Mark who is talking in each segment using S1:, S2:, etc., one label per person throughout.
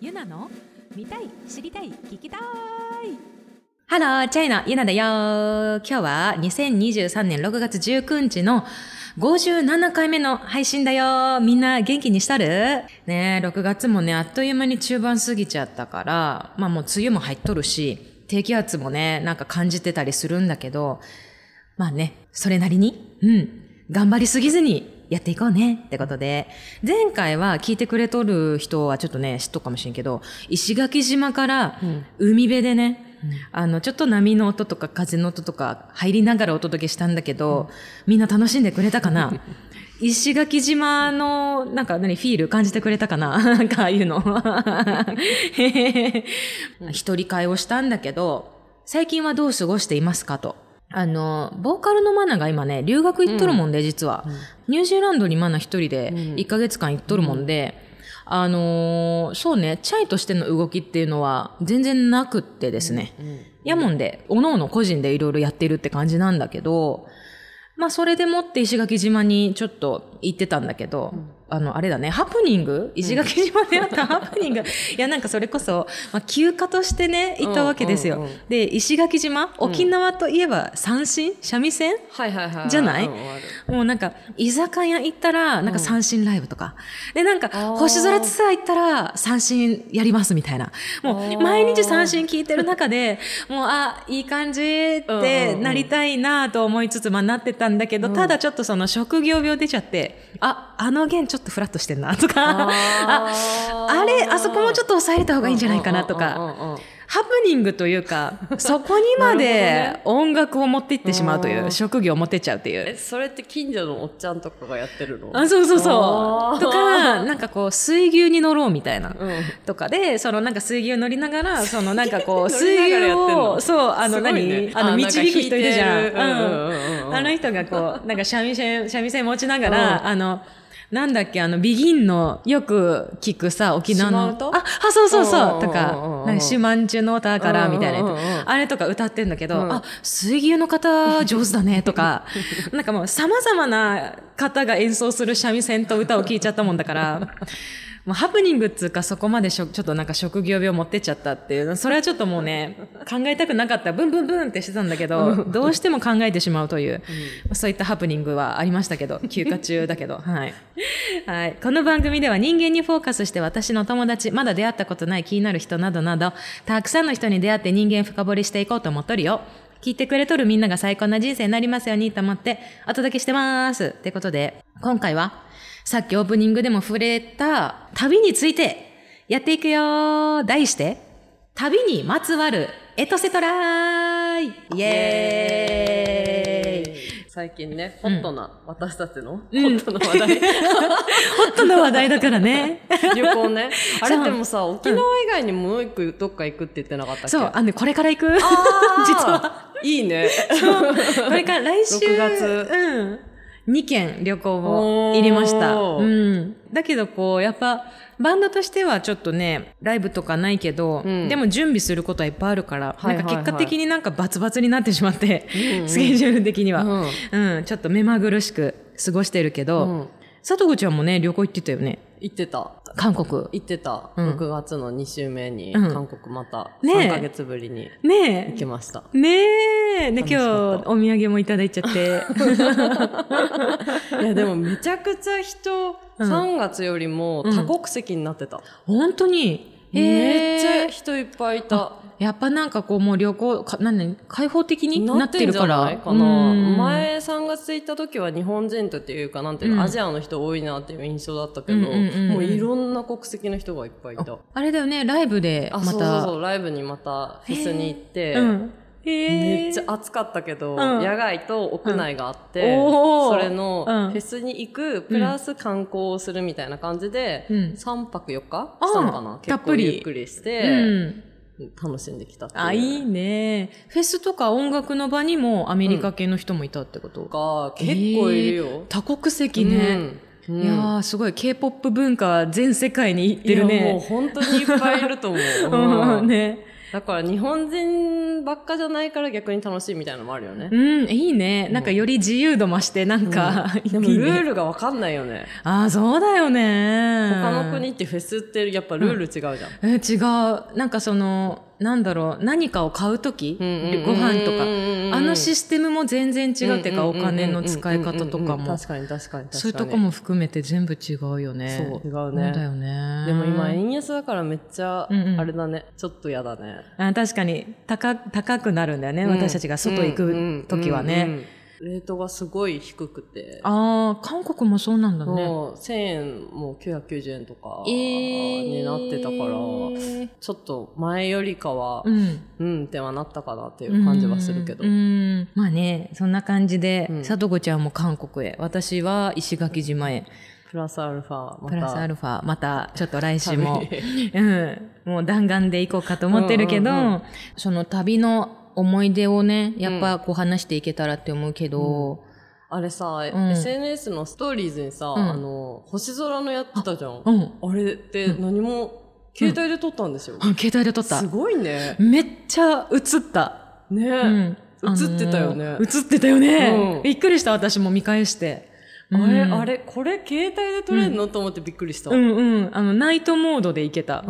S1: ゆなの見たい知りたい聞きたいハローチャイのゆなだよ今日は2023年6月19日の57回目の配信だよみんな元気にしたるねえ6月もねあっという間に中盤過ぎちゃったからまあもう梅雨も入っとるし低気圧もねなんか感じてたりするんだけどまあね、それなりに、うん、頑張りすぎずにやっていこうねってことで、前回は聞いてくれとる人はちょっとね、知っとくかもしれんけど、石垣島から海辺でね、あの、ちょっと波の音とか風の音とか入りながらお届けしたんだけど、みんな楽しんでくれたかな石垣島の、なんか何、フィール感じてくれたかな なんかああいうの。一人会をしたんだけど、最近はどう過ごしていますかと。あの、ボーカルのマナが今ね、留学行っとるもんで、実は、ニュージーランドにマナ一人で1ヶ月間行っとるもんで、あのーそうね、チャイとしての動きっていうのは全然なくってですね。やもんで、おのおの個人でいろいろやってるって感じなんだけど、まあ、それでもって石垣島にちょっと行ってたんだけど、あの、あれだね、ハプニング石垣島であったハプニング。い や、なんかそれこそ、まあ、休暇としてね、行ったわけですよ。
S2: うんうんうん
S1: で、石垣島、沖縄といえば三振三味線
S2: はいはいはい。
S1: じゃない
S2: うんうんある
S1: もうなんか、居酒屋行ったら、なんか三振ライブとか。で、なんか、
S2: あー
S1: 星空ツアー行ったら、三振やりますみたいな。も
S2: あ
S1: う、
S2: ー
S1: 毎日三振聞いてる中で、もう、あ、いい感じっ
S2: うんうん
S1: て
S2: うん
S1: なりたいなと思いつつ、まあなってたんだけど、ただちょっとその職業病出ちゃって、あ、あの弦ちょっとフラットしてんなとか、あ、 あれ、あそこもちょっと抑えれた方がいいんじゃないかなとか。
S2: うんうんうんうんうん
S1: ハプニングという か、そこにま
S2: なる
S1: で音楽を持っていってしまうとい
S2: あ
S1: う、
S2: ー
S1: 職業を持ってっちゃうっていう
S2: え、。それって近所のおっちゃんとかがやってるの
S1: あ、そうそう
S2: あ
S1: そう。
S2: ー
S1: とか、なんかこう、水牛に乗ろうみたいな。
S2: うん。
S1: とかで、そのなんか水牛乗りながら、そのなんかこう、
S2: 乗り
S1: 水
S2: な
S1: 牛
S2: がらやってんの
S1: を、そう、あの
S2: すごい
S1: 何、
S2: ね
S1: あの、
S2: あ
S1: 導く人いるじゃん。
S2: なんか弾いてる
S1: うん
S2: うんうんうんうん
S1: あの人がこう、なんか三味線、三味線持ちなが
S2: う
S1: ら、あの、なんだっけ、あの、ビギンの、よく聞くさ、沖縄
S2: 島
S1: の。
S2: 唄
S1: あ、あ、そうそうそうう。
S2: ん
S1: と
S2: うんうんうんう
S1: か、
S2: ん
S1: なんか、シュマンチュの歌から、みたいなやつ
S2: うんうんうんうん
S1: あれとか歌ってんだけど、
S2: うん
S1: あ、水牛の方上手だね、とか、 なんかもう様々な方が演奏する三味線と歌を聴いちゃったもんだから、もうハプニングっつうかそこまでしょちょっとなんか職業病持ってっちゃったっていう、それはちょっともうね、考えたくなかった。ブンブンブンってしてたんだけど、どうしても考えてしまうという、そういったハプニングはありましたけど、休暇中だけど、はい。はい。この番組では人間にフォーカスして私の友達、まだ出会ったことない気になる人などなど、たくさんの人に出会って人間深掘りしていこうと思っとるよ。聞いてくれとるみんなが最高な人生になりますようにと思ってお届けしてます。ってことで、今回はさっきオープニングでも触れた旅についてやっていくよー題して、旅にまつわるエトセトライイエーイ
S2: 最近ね、ホットな、私たちの、
S1: うん
S2: ホットな話 題。
S1: ホットな話題だからね。
S2: 旅行ね。あ
S1: そう
S2: れでもさ、沖縄以外にもう一個どっか行くって言ってなかったっけ
S1: そう、あのね、これから行 く。
S2: 実は。いい ね。
S1: これから来週。
S2: 6月
S1: うん。2件旅行を入れました。
S2: お
S1: う
S2: ー
S1: ん。だけどこう、やっぱ、バンドとしてはちょっとね、ライブとかないけど、
S2: うん
S1: でも準備することはいっぱいあるから、
S2: はいはいはい
S1: なんか結果的になんかバツバツになってしまって、
S2: うん
S1: スケジュール的には、
S2: う
S1: うん。ちょっと目まぐるしく過ごしてるけど、
S2: うん
S1: 佐藤ちゃんもね、旅行行ってたよね。
S2: 行ってた。
S1: 韓国。
S2: 行ってた。
S1: うん
S2: 6月の2週目に、
S1: うん
S2: 韓国また
S1: ねえ
S2: 3ヶ月ぶりに
S1: ねえ
S2: 行。きました。
S1: ねえ。ね、今
S2: 楽し
S1: 日
S2: か
S1: お
S2: った
S1: 土産もいただいちゃって。
S2: いやでもめちゃくちゃ人、
S1: うん
S2: 3月よりも多国籍になってた、
S1: 本当に。
S2: めっち
S1: へ
S2: ゃ
S1: え
S2: 人いっぱいいた
S1: やっぱなんかこうもう旅行かなんなん開放的になって
S2: ん
S1: る
S2: じ
S1: か
S2: ゃ
S1: ら
S2: ないかな
S1: うん
S2: 前3月行った時は日本人とっていうかなんていうの、
S1: うん
S2: アジアの人多いなっていう印象だったけど、
S1: うんうんうんうん
S2: もういろんな国籍の人がいっぱいいた
S1: あれだよねライブで
S2: あ
S1: ま
S2: そうそうそ
S1: た
S2: うライブにまたフェスに行って、
S1: うん
S2: め
S1: へ
S2: っ
S1: え
S2: ちゃ暑かったけど、
S1: ん
S2: 野外と屋内があって、
S1: うんおー
S2: それのフ
S1: うん
S2: ェスに行く、プラス観光をするみたいな感じで、
S1: うん
S2: 3泊4日
S1: あー
S2: したのかな
S1: た
S2: 結
S1: っぷ
S2: 構
S1: り
S2: ゆっくりし
S1: う
S2: て、
S1: ん
S2: 楽しんできたっていう。
S1: あいいねフェスとか音楽の場にもアメリカ系の人もいたってことか
S2: が結構いるよ。
S1: 多国籍ね、
S2: うん。うん
S1: いやーすごい k p o p 文化全世界に行ってる
S2: いやもう
S1: ね。
S2: 本当にいっぱいいると思う
S1: うん
S2: うん
S1: ね
S2: だから日本人ばっかじゃないから逆に楽しいみたいなのもあるよね。
S1: うん、いいね。なんかより自由度増して、なんか、
S2: でも
S1: いい
S2: ル
S1: ね
S2: ールがわかんないよね。
S1: ああ、そうだよね。
S2: 他の国ってフェスってやっぱルール違うじゃん。
S1: え違う。なんかその、なんだろう、何かを買うとき、
S2: うんうんうん
S1: ご飯と
S2: うんうんうん
S1: か、あのシステムも全然違うっていうか、お金の使い方と
S2: うんうんうん
S1: か
S2: うんうん
S1: も、
S2: 確かに確かに確かに。
S1: そういうとこも含めて全部違うよね。
S2: そう違う
S1: そうだ
S2: ね。
S1: よね。
S2: でも今円安だからめっちゃ
S1: うんうん
S2: あれだね。ちょっとやだね。
S1: あ確かに高、高くなるんだよね。私たちが外行くときはね。
S2: うんうんうんうんレートがすごい低くて。
S1: ああ、韓国もそうなんだね。
S2: もう1000円も990円とか
S1: え
S2: になってたから、
S1: ー
S2: ちょっと前よりかは、
S1: うん。
S2: うんってはなったかなっていう感じはするけど、
S1: うんうんまあねそんな感じで、
S2: うん
S1: さとこちゃんも韓国へ私は石垣島へ
S2: プラスアルファまた
S1: プラスアルファまたちょっと来週
S2: 旅
S1: も、 うん、もう弾丸で行こうかと思ってるけど、
S2: うんうんう
S1: その旅の思い出をねやっぱこう話していけたらって思うけど、
S2: あれさ、
S1: ん
S2: SNS のストーリーズにさ、
S1: うん
S2: あの星空のやってたじゃん
S1: う
S2: あ,、
S1: ん、
S2: れって何も携帯で撮ったんですよ、
S1: あ携帯で撮った
S2: すごいね
S1: めっちゃ映った、
S2: ね、
S1: うん
S2: 映ってたよね
S1: あのー映ってたよね、
S2: うん
S1: びっくりした私も見返して
S2: あれ、
S1: うん
S2: あれこれ携帯で撮れるの、と思ってびっくりした、
S1: うんうんあのナイトモードでいけた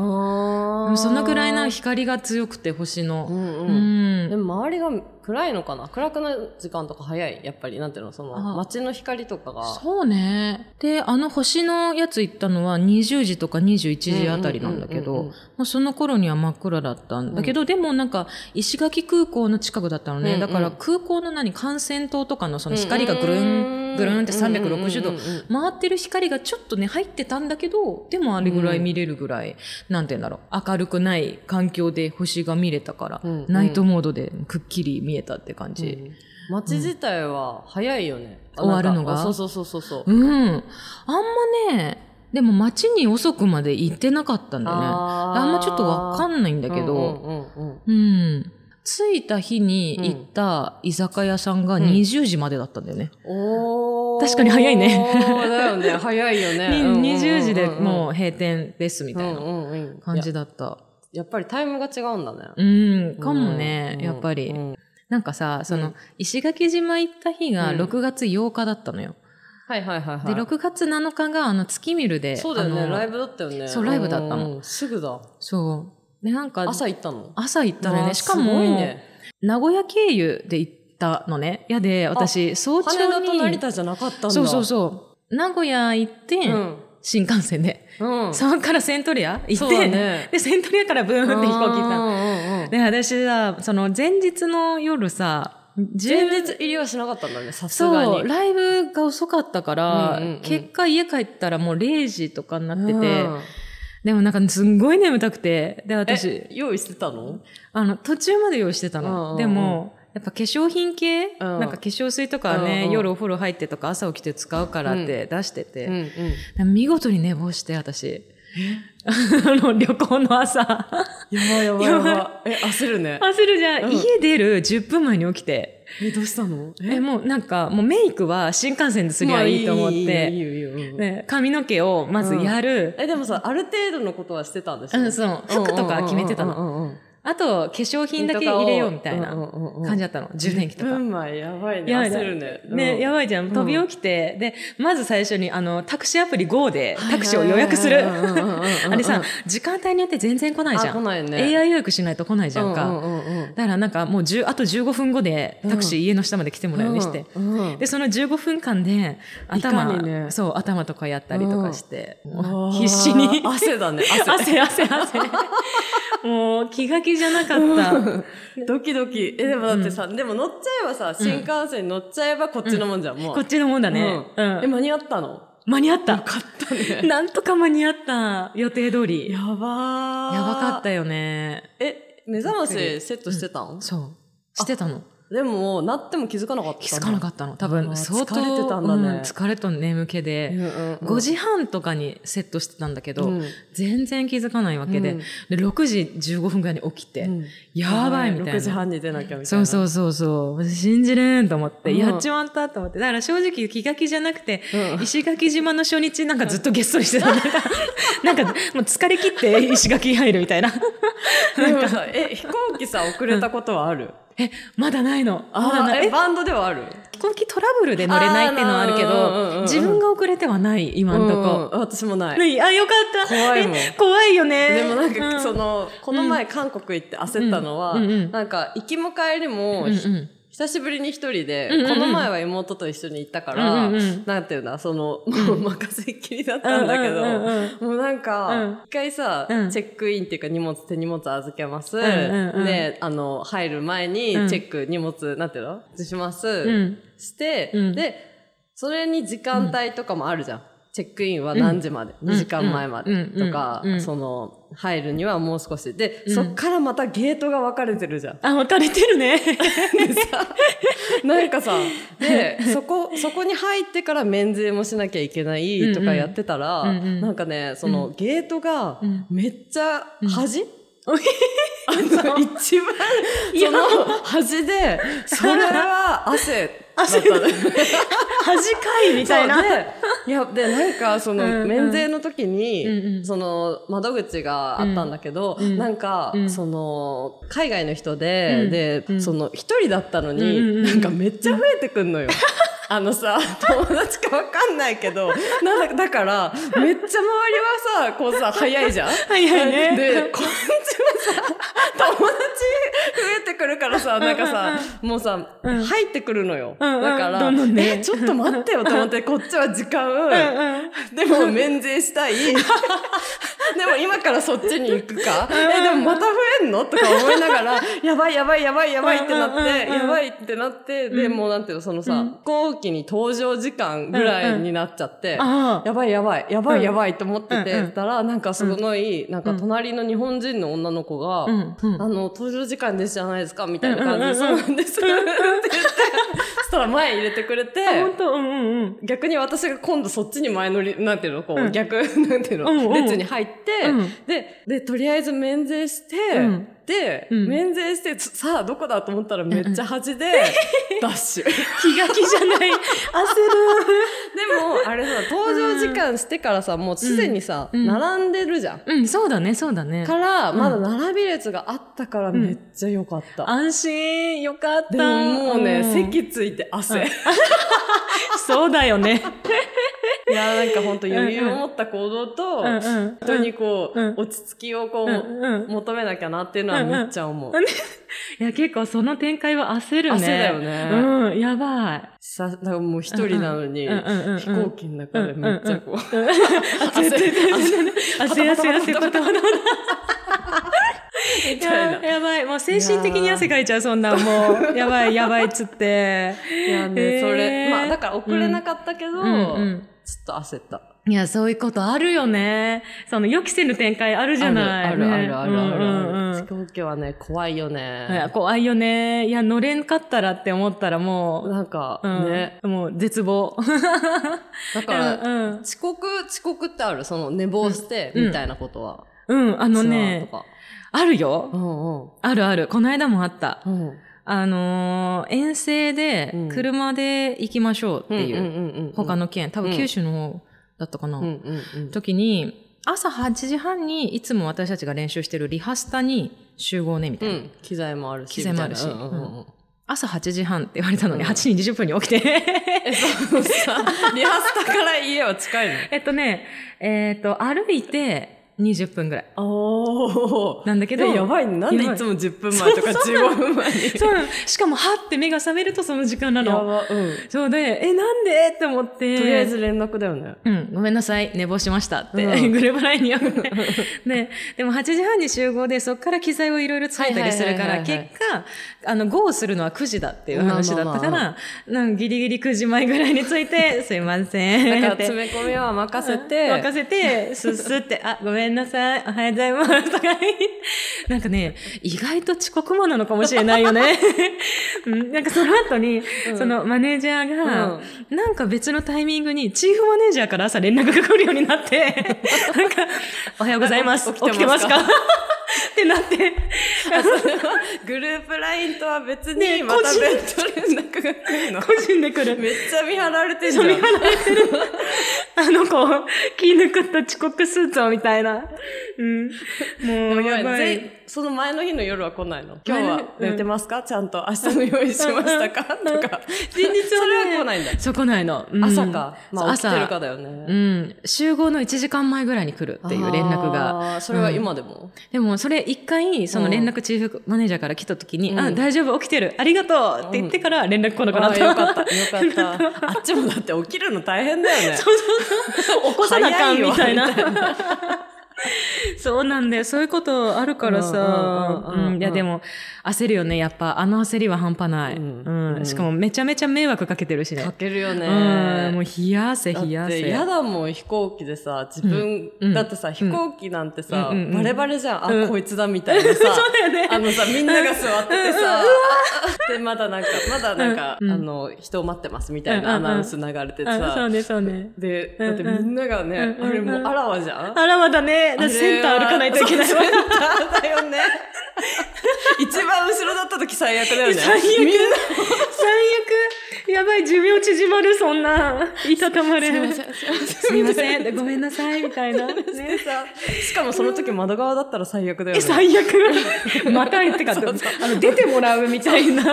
S2: あー
S1: そのくらいな光が強くて星
S2: う
S1: の。
S2: ん
S1: う
S2: うん
S1: ん。
S2: でも周りが暗いのかな暗くなる時間とか早いやっぱりなんていうのその
S1: あ
S2: 街の光とかが
S1: そうね。で、あの星のやつ行ったのは20時とか21時あたりなんだけ
S2: うんうんう
S1: ど
S2: んうん、
S1: もうその頃には真っ暗だったんだけど、でもなんか石垣空港の近くだったのね。
S2: うんうん
S1: だから空港の何、幹線灯とかのその光がぐるん、ぐるんって360度
S2: うんうんうんうん
S1: 回ってる光がちょっとね入ってたんだけどでもあれぐらい見れるぐらい、なんて言うんだろう明るくない環境で星が見れたから、
S2: うんうん
S1: ナイトモードでくっきり見えたって感じ、
S2: うん街自体は早いよね、
S1: うん終わるのが
S2: なんかあそうそうそうそうそう、
S1: うん、あんまねでも街に遅くまで行ってなかったんだよねあ
S2: あ
S1: んまちょっとわか
S2: ない
S1: んないんだけど、うん着いた日に行った居酒屋さんが20時までだったんだよね。
S2: おー
S1: 確かに早いね
S2: だよね早いよねうんうんうん
S1: に20時でも
S2: う
S1: う閉店ですみ
S2: み
S1: たいな感じ
S2: や
S1: だった。
S2: やっぱりタイムが違うんだね、
S1: うん、かもね、
S2: うん
S1: やっぱり。
S2: うん
S1: なんかさ、そうの
S2: ん、
S1: 石垣島行った日が
S2: うん
S1: 6月8日だったのよ。
S2: はいはいはいはい
S1: で、6月7日が、あの、月見るで。
S2: そうだよね
S1: あの
S2: ライブだったよね
S1: そうライブだったの
S2: うんすぐだ
S1: そう。で、なんか、
S2: 朝行ったの
S1: 朝行ったのよ
S2: わあ
S1: ね。しか
S2: す
S1: も、
S2: ごいね
S1: 名古屋経由で行ったのね。やで、私、早朝
S2: 羽田と
S1: に。
S2: 成田じゃなかったんだ
S1: そうそうそう。名古屋行って、
S2: うん
S1: 新幹線で。
S2: うん
S1: そこからセントリア行
S2: そ
S1: っ
S2: うだ
S1: て、
S2: ね
S1: で、セントリアからブーンって飛行機行ったの。
S2: 行
S1: で、私さ、その前日の夜さ、前
S2: 前日入りはしなかったんだねさすが
S1: そう、
S2: に
S1: ライブが遅かったから、
S2: うんうんうん
S1: 結果家帰ったらもう0時とかになってて、
S2: うん
S1: でもなんかすんごい眠たくて、で、
S2: え
S1: 私、
S2: 用意してたの
S1: あの、途中まで用意してた
S2: うんうんう
S1: の。
S2: ん
S1: でも、やっぱ化粧品系、
S2: うん
S1: なんか化粧水とかね、
S2: うんうん
S1: 夜お風呂入ってとか朝起きて使うからって出してて、
S2: ん
S1: で見事に寝坊して、私。 あの、旅行の朝。
S2: やばいやばいやばいえ焦るね
S1: 焦るじゃん。
S2: うん
S1: 家出る10分前に起きて。
S2: えどうしたの
S1: え、もうなんか、もうメイクは新幹線ですりゃいいと思っ
S2: まあいい
S1: て。
S2: いいよいいよいいようん
S1: ね、髪の毛をまずやる、
S2: えでもさある程度のことはしてたんです
S1: うんそう服とか決めてたの
S2: の
S1: あと化粧品だけ入れようみたいな感じ
S2: じ
S1: だったの充電器と
S2: う
S1: か。
S2: んまあやばいね
S1: やばいね
S2: 焦るね
S1: ね、や
S2: い
S1: ばいじゃん飛び起きて、でまず最初にあのタクシーアプリ GO でタクシーを
S2: はい
S1: 予
S2: はいはい
S1: 約する
S2: うんうんうんうんうん
S1: あれさ時間帯によって全然来ないじゃ
S2: あ来
S1: ん、
S2: ないね
S1: AI 予約しないと来ないじゃんか、
S2: うんうんうんうん
S1: だからなんかもう10あと15分後でタクシー家の下まで来てもらうようにして、
S2: うんうん
S1: でその15分間で
S2: い
S1: 頭
S2: かにね
S1: そう頭とかやったりとかして、もう
S2: あー
S1: 必死に
S2: 汗だね
S1: 汗汗汗もう気が気じゃなかった
S2: ドキドキえでもだってさ、でも乗っちゃえばさ新幹線乗っちゃえばこっちのもんじゃん、もう
S1: こっちのもんだね、
S2: う
S1: うんん
S2: え間に合ったの
S1: 間に合った
S2: だ ね
S1: なんとか間に合った予定通りや
S2: やばー
S1: ばかったよね
S2: え目覚ましセットしてたん、
S1: そうしてたの
S2: でも、なっても気づかなかった。
S1: 気づかなか
S2: っ
S1: ったの。多分、
S2: あー
S1: 相当。
S2: 疲れてたんだね
S1: う疲れと眠気
S2: た
S1: で、5
S2: 5
S1: 時半とかにセットしてたんだけど、
S2: うん
S1: 全然気づかないわけで、
S2: うん
S1: で6時15分ぐらいに起きて、やばいみたいな。
S2: 6時半に出なきゃみたいな。
S1: そう そうそうそう。信じれんと思って、
S2: うん
S1: やっちまったと思って。だから正直気が気じゃなくて、
S2: うん
S1: 石垣島の初日なんかずっとげっそり してた。なんか、なんかもう疲れ切って石垣入るみ たいな。
S2: でもさ、え、飛行機さ、遅れたことはある
S1: え、まだないの。まだ
S2: あ
S1: ない。
S2: ー、え、
S1: え、飛
S2: バンドではある
S1: 行機トラブルで乗れないっていうのはあるけ
S2: あーなるほどうんうんう
S1: ど
S2: ん、
S1: 自分が遅れてはない、今んとこ。
S2: うん私もない。
S1: ねあ、よかった。
S2: 怖いもん
S1: え怖いよね。
S2: でもなん
S1: う
S2: か、そ、の、この前韓国行って焦ったのは、
S1: うんうんうん
S2: なんか、行きも帰りも、
S1: うんうん
S2: 久しぶりに一人で、
S1: うんうんうん
S2: この前は妹と一緒に行ったから、
S1: うんうんうん
S2: なんていうんだ、その、もう任せっきりだったんだけど、
S1: うんうんうん
S2: もうなんか、
S1: うん
S2: 一回さ、
S1: うん
S2: チェックインっていうか荷物、手荷物預けます。
S1: んうんうん
S2: で、あの、入る前に
S1: うん
S2: チェック、荷物、なんていうのします。
S1: うん。
S2: して、
S1: うん
S2: で、それに時間帯とかもあるじゃん。チェックインは何時まで、
S1: ん
S2: ?2 時間前ま
S1: うん
S2: で
S1: うん
S2: とか、
S1: うん
S2: その、入るにはもう少し。で、
S1: うん
S2: そっからまたゲートが分かれてるじゃん。
S1: あ、分かれてる ね。
S2: なんかさ、 で、そこ、そこに入ってから免税もしなきゃいけないとかやってたら、
S1: うんうんうんうん
S2: なんかね、そのゲートが
S1: うん
S2: めっちゃ端、
S1: うん
S2: あの、一番、
S1: いや
S2: その端で、それは汗だったの。
S1: 恥かいみた いな。
S2: そうでいや、で、なんか、その、
S1: うんうん
S2: 免税の時に、
S1: うんうん
S2: その、窓口があったんだけど、
S1: うん
S2: なんか、
S1: うん
S2: その、海外の人で、
S1: うん
S2: で、
S1: うん
S2: その、一人だったのに、
S1: うんうんうん
S2: なんかめっちゃ増えてくんの よ。あのさ、友達かわかんないけど、なんだ、だから、めっちゃ周りはさ、こうさ、早いじゃん
S1: 早いね
S2: で、こっちはさ、友達増えてくるからさ、なんかさ、もうさ、
S1: うん
S2: 入ってくるのよ。
S1: うんうん
S2: だから、
S1: どんどんね
S2: え、ちょっと待ってよと思って、こっちは時間、でも免 税したい。でも今からそっちに行くか。え、でもまた増えんのとか思いながら、やばいやばいやばいやばいってなっ
S1: うんうん
S2: て、
S1: うんうん
S2: やばいってなって、で、もうなんていうの、その
S1: う
S2: さ
S1: ん、
S2: 飛行機に搭乗時間ぐらいになっちゃって、
S1: ああ。
S2: やばいやばい、やばいやばいと思って
S1: うん
S2: て
S1: うん
S2: たら、なんかすごい、なんか隣の日本人の女の子が、
S1: うんうん
S2: あの、登場時間ですじゃないですか、みたいな感じで、
S1: うん
S2: そ
S1: うんうん
S2: うなんです、って言って、そしたら前入れてくれて、
S1: 本当うんうんうん。
S2: 逆に私が今度そっちに前乗り、なんていうの、こう、
S1: うん
S2: 逆、なんていうの、
S1: うんうん
S2: 列に入って、
S1: うん
S2: で、で、とりあえず免税して、
S1: うん
S2: で、
S1: うん
S2: 免税して、つさあどこだと思ったらめっちゃ端で、ダッシュ。
S1: 気が気じゃ ない。焦る。
S2: でも、あれさ、登場時間してからさ、もうすでにさ、
S1: うん
S2: 並んでるじゃん。
S1: うん、そうだね、そうだね。
S2: から、
S1: うん
S2: まだ並び列があったから
S1: ん
S2: めっちゃ良かった。
S1: 安心、よかった。
S2: でももうね、
S1: ん
S2: 席ついて汗。
S1: そうだよね。
S2: いや、なんかほんと余裕を持った行動と、
S1: うんうん。
S2: 人にこ
S1: うん
S2: う、落ち着きをこ
S1: うんうん
S2: う、求めなきゃなっていうのはめっちゃ思う。
S1: いや、結構その展開は焦るね。
S2: 焦だよね
S1: うん、やばい。
S2: さ、だからもう一人なのに、
S1: うんうんうんうん
S2: 飛行機の中でめっちゃこう、
S1: 焦る。焦らせらせこと
S2: みたいな。
S1: やばい。もう精神的に汗かいちゃう、そんなんもう。やばい、やばいっつって。
S2: いや
S1: へー
S2: ね、それ、まあだから遅れなかったけど、ち
S1: うんう
S2: ょ
S1: ん
S2: っと焦った。
S1: いや、そういうことあるよね。その予期せぬ展開あるじゃない。
S2: あるあ
S1: ね
S2: るあるある
S1: うんうんう
S2: あ
S1: ん
S2: る。飛行機はね、怖いよね。
S1: いや怖いよね。いや、乗れんかったらって思ったらも
S2: なんか、
S1: う、うん、
S2: ね。
S1: もう絶望。
S2: だ
S1: う
S2: から、
S1: ん、
S2: 遅刻、遅刻ってあるその、寝坊して、
S1: うん
S2: みたいなことは。
S1: うん。うん、あの
S2: ツ
S1: ね、
S2: アーとか。
S1: あるよ
S2: う。ん
S1: あるある。この間もあった。
S2: うん。うん。
S1: あのー遠征で
S2: うん
S1: 車で行きましょうっていう、
S2: う
S1: 他の県、多分
S2: うん
S1: 九州の方だったかな。
S2: うんうんうん。
S1: 時に、朝8時半にいつも私たちが練習してるリハスタに集合ね、みた
S2: う
S1: いな。
S2: ん。機材もあるし。
S1: 機材もあるし
S2: みたいなうんうんうん
S1: 朝8時半って言われたのに、
S2: うん
S1: 8時20分に起きて。
S2: え、そうさ、リハスタから家は近いの
S1: えっとね、えっ、と、歩いて20分ぐらい。
S2: おー。
S1: なんだけど、
S2: えやばいね。なんでいつも10分前とか15分前に。
S1: そうなのしかも、はって目が覚めるとその時間な
S2: や
S1: の。
S2: ば。うん。
S1: そうで、え、なんでって思って。
S2: とりあえず連絡だよね。
S1: うん、ごめんなさい、寝坊しましたって、
S2: う ん
S1: グループラインに送って。ね、でも8時半に集合で、そこから機材をいろいろ使えたりするか
S2: はい
S1: ら、
S2: はいはいはいは
S1: 結
S2: い
S1: 果、あの、ゴーするのは9時だっていう話だったか
S2: まあまあ
S1: ら、なんギリギリ9時前ぐらいについて、すいません。
S2: だから
S1: って
S2: 詰め込みは任せて、
S1: 任せて、すっすって、あ、ごめめんなさい、おはようございます、とか言いなんかね、意外と遅刻魔なのかもしれないよね。 うんなんかその後に、
S2: うん
S1: そのマネージャーが、
S2: うん
S1: なんか別のタイミングに、チーフマネージャーから朝連絡が来るようになって、 なんか、おはようございます、起
S2: 起き
S1: き
S2: て
S1: て
S2: ま
S1: ますす
S2: か
S1: か ってなって、
S2: あそれはグループラインとは別に
S1: ね
S2: また
S1: 個人
S2: 別途連絡が来るの
S1: 個人で来る。
S2: めっちゃ見張られてんじゃ
S1: そ
S2: ん
S1: み払れてる。あの子、気抜くった遅刻スーツをみたいな。うん。もう、やばい。
S2: ぜその前の日の夜は来ないの今日
S1: 前
S2: は
S1: の日
S2: 寝てますか、ちゃんと明日の用意しましたかとか
S1: 前日
S2: それは来ないんだ
S1: そう、来ないの。うん
S2: 朝か、ま
S1: そう
S2: あ、起きてるか
S1: 朝
S2: だよ
S1: う
S2: ね、
S1: ん。集合の1時間前ぐらいに来るっていう連絡が。
S2: あーそれは今でも、
S1: でも、それ一回、その連絡チーフマネージャーから来た時に、
S2: うん
S1: あ、大丈夫、起きてる、ありがとうって言ってから連絡来なくな
S2: あ
S1: っ
S2: ー
S1: た。
S2: よかったよか ったあっちもだって起きるの大変だよね
S1: そうそうそう。起こさなあかんみたい
S2: 早いよみ
S1: な。 そうなんだよ。そういうことあるからさ。
S2: うんうんうんうんうん
S1: うん。いや、でも、焦るよね。やっぱ、あの焦りは半端ない。
S2: う
S1: うんん。しかも、めちゃめちゃ迷惑かけてるしね
S2: か。けるよね、
S1: うん。もう、冷や汗、
S2: だっ
S1: 冷や
S2: て
S1: 汗。
S2: 嫌だもん飛行機でさ自分、
S1: うん
S2: だってさ飛行機なんてさ、
S1: うんうんうん
S2: バレバレじゃん、
S1: う
S2: あ
S1: ん
S2: こいつだみたいなさ
S1: そうだよね
S2: あのさみんなが座っててさ、でまだなんかまだなんか、
S1: うん
S2: あの人を待ってますみたい
S1: うん
S2: な
S1: うん
S2: ア
S1: うん
S2: ナウンス流れて
S1: あ
S2: さ、
S1: そうね、そうね。
S2: で
S1: うん
S2: だ
S1: う
S2: っ
S1: ん
S2: てみんながね、
S1: うんうんうん
S2: あれもうあらわじゃ ん、
S1: あらまだね。だってセンター歩かないといけない
S2: そう
S1: わ。
S2: センターだよね 一番後ろだった時最悪だよね
S1: 最悪
S2: みんな
S1: 最悪やばい、寿命縮まる、そんな。いたたまれ。すみませ ん、ごめんなさい、みたいな。ね
S2: でさしかもその時窓側だったら最悪だよ
S1: え、
S2: ね
S1: 最悪 またってかって、あの、出てもらうみたいな。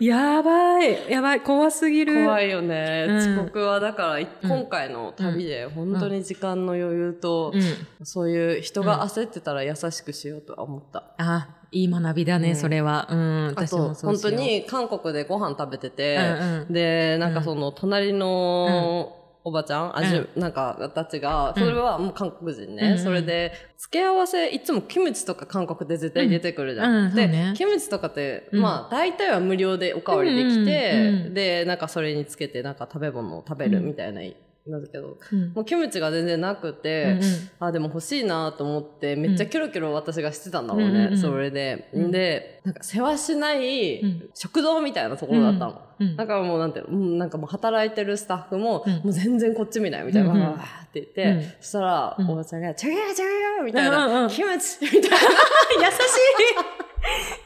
S1: やばい、やばい、怖すぎる。
S2: 怖いよね、
S1: うん
S2: 遅刻はだから、今回の旅で本当に時間の余裕と、
S1: うん。
S2: そういう人が焦ってたら優しくしようとは思った、
S1: あ、いい学びだね、
S2: うん
S1: それは。うん、
S2: あ
S1: 私
S2: と
S1: もそう
S2: 本
S1: しよ
S2: 当
S1: う。
S2: に韓国でご飯食べてて、
S1: うんうん
S2: でなんかその隣の、おばちゃんあじゅ、なんかたちがそれはもう韓国人ね、
S1: うんうん
S2: それで付け合わせいつもキムチとか韓国で絶対出てくるじゃん、
S1: うんうん
S2: で、
S1: そうね
S2: キムチとかって、
S1: うん
S2: まあ大体は無料でおかわりできて、
S1: うんうんうん
S2: でなんかそれにつけてなんか食べ物を食べるみたいな、なんだけど
S1: うん。
S2: もうキムチが全然なくて、
S1: うんうん
S2: あ、でも欲しいなと思って、めっちゃキョロキョロ私がしてたんだもん
S1: うん
S2: ね
S1: う、んうん
S2: それで。
S1: うん
S2: で、なんか世話しない
S1: うん
S2: 食堂みたいなところだったの。
S1: うん
S2: だからもうなんていうの、うんなんかもう働いてるスタッフも、
S1: うん
S2: もう全然こっち見ないみたいな、
S1: うんうん
S2: わーって言って、
S1: うん
S2: そしたら、
S1: うん
S2: おばちゃんが、ちゃげーちゃげーみたいな、
S1: うんうん
S2: キムチみたい
S1: 優
S2: な、
S1: しい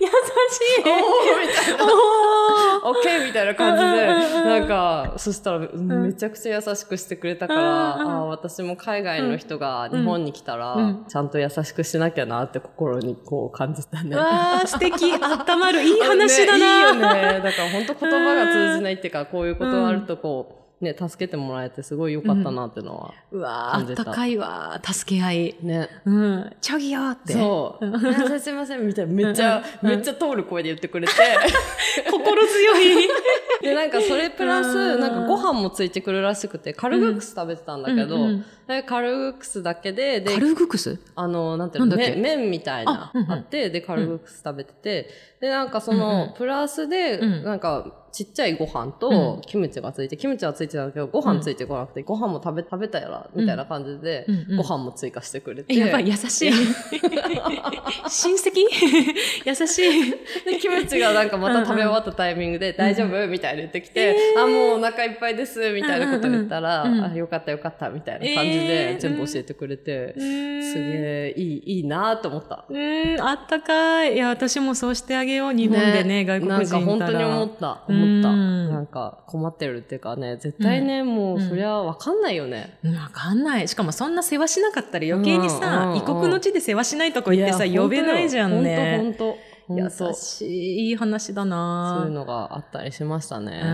S1: 優しい
S2: おーみたいな。
S1: お ー
S2: オッケーみたいな感じで、
S1: うんうんうんうん
S2: なんか、そしたらめちゃくちゃ優しくしてくれたから、
S1: うんうんうん
S2: ああ私も海外の人が
S1: うん
S2: 日本に来たら、
S1: うん
S2: ちゃんと優しくしなきゃなって心にこう感じたね。
S1: わー、素敵、あったまる、いい話だな。
S2: ねいいよね。だから本当言葉が通じないっていうか、こういうことあるとこう、ね、助けてもらえてすごい良かったなっていうのは。
S1: うわー、あ
S2: 感じ
S1: ったたかいわー、助け合い。
S2: ね。
S1: うん。チョギよーって。
S2: そう。あすいません、み たいな。めっちゃ、めっちゃ通る声で言ってくれて。
S1: 心強い。
S2: で、なんかそれプラス、
S1: うん
S2: なんかご飯もついてくるらしくて、カルグックス食べてたんだけど、
S1: うんうん
S2: でカルグックスだけで、で
S1: カ、ルグクス
S2: あの、なんていう
S1: な
S2: の、
S1: んだっけ
S2: 麺麺みたいな、
S1: あうんうん
S2: あって、で、カルグックス食べてて、で、なんかそ
S1: うん
S2: の
S1: う、
S2: プラスで、
S1: うん
S2: なんか、ちっちゃいご飯
S1: う
S2: と
S1: ん、
S2: キムチがついて、キムチはついてたんだけど、ご飯ついてこなくて、ご飯も食べ、食べたやら、みたいな感じで
S1: うんうん、うん
S2: ご飯も追加してくれて、
S1: えやばい、優しい。 親戚 優しい。
S2: で、キムチがなんかまた食べ終わったタイミングで、大丈夫みたいな言ってきて、あ、もうお腹いっぱいです、みたいなこと言ったら、
S1: うんうんうん
S2: あ、よかったよかった、みたいな感
S1: え
S2: じで
S1: ー
S2: 全部教えてくれて、す
S1: す
S2: げえ、いい、いいなと思った。
S1: え。うん、あったかい。いや、私もそうしてあげよう、日本でね、外国人いたら。
S2: なんか本当に思った、思った。
S1: うん
S2: なんか困ってるっていうかね、絶対ね、もうそりゃわかんないよね。
S1: うんわかんない。しかもそんな世話しなかったら余計に
S2: うんうん
S1: さ
S2: う、ん
S1: 異国の地で世話しないとこ行ってさ、
S2: いや
S1: 呼べないじゃんね。
S2: 本当本当
S1: 優
S2: 本当
S1: しい、いい話だな
S2: そういうのがあったりしましたね。
S1: う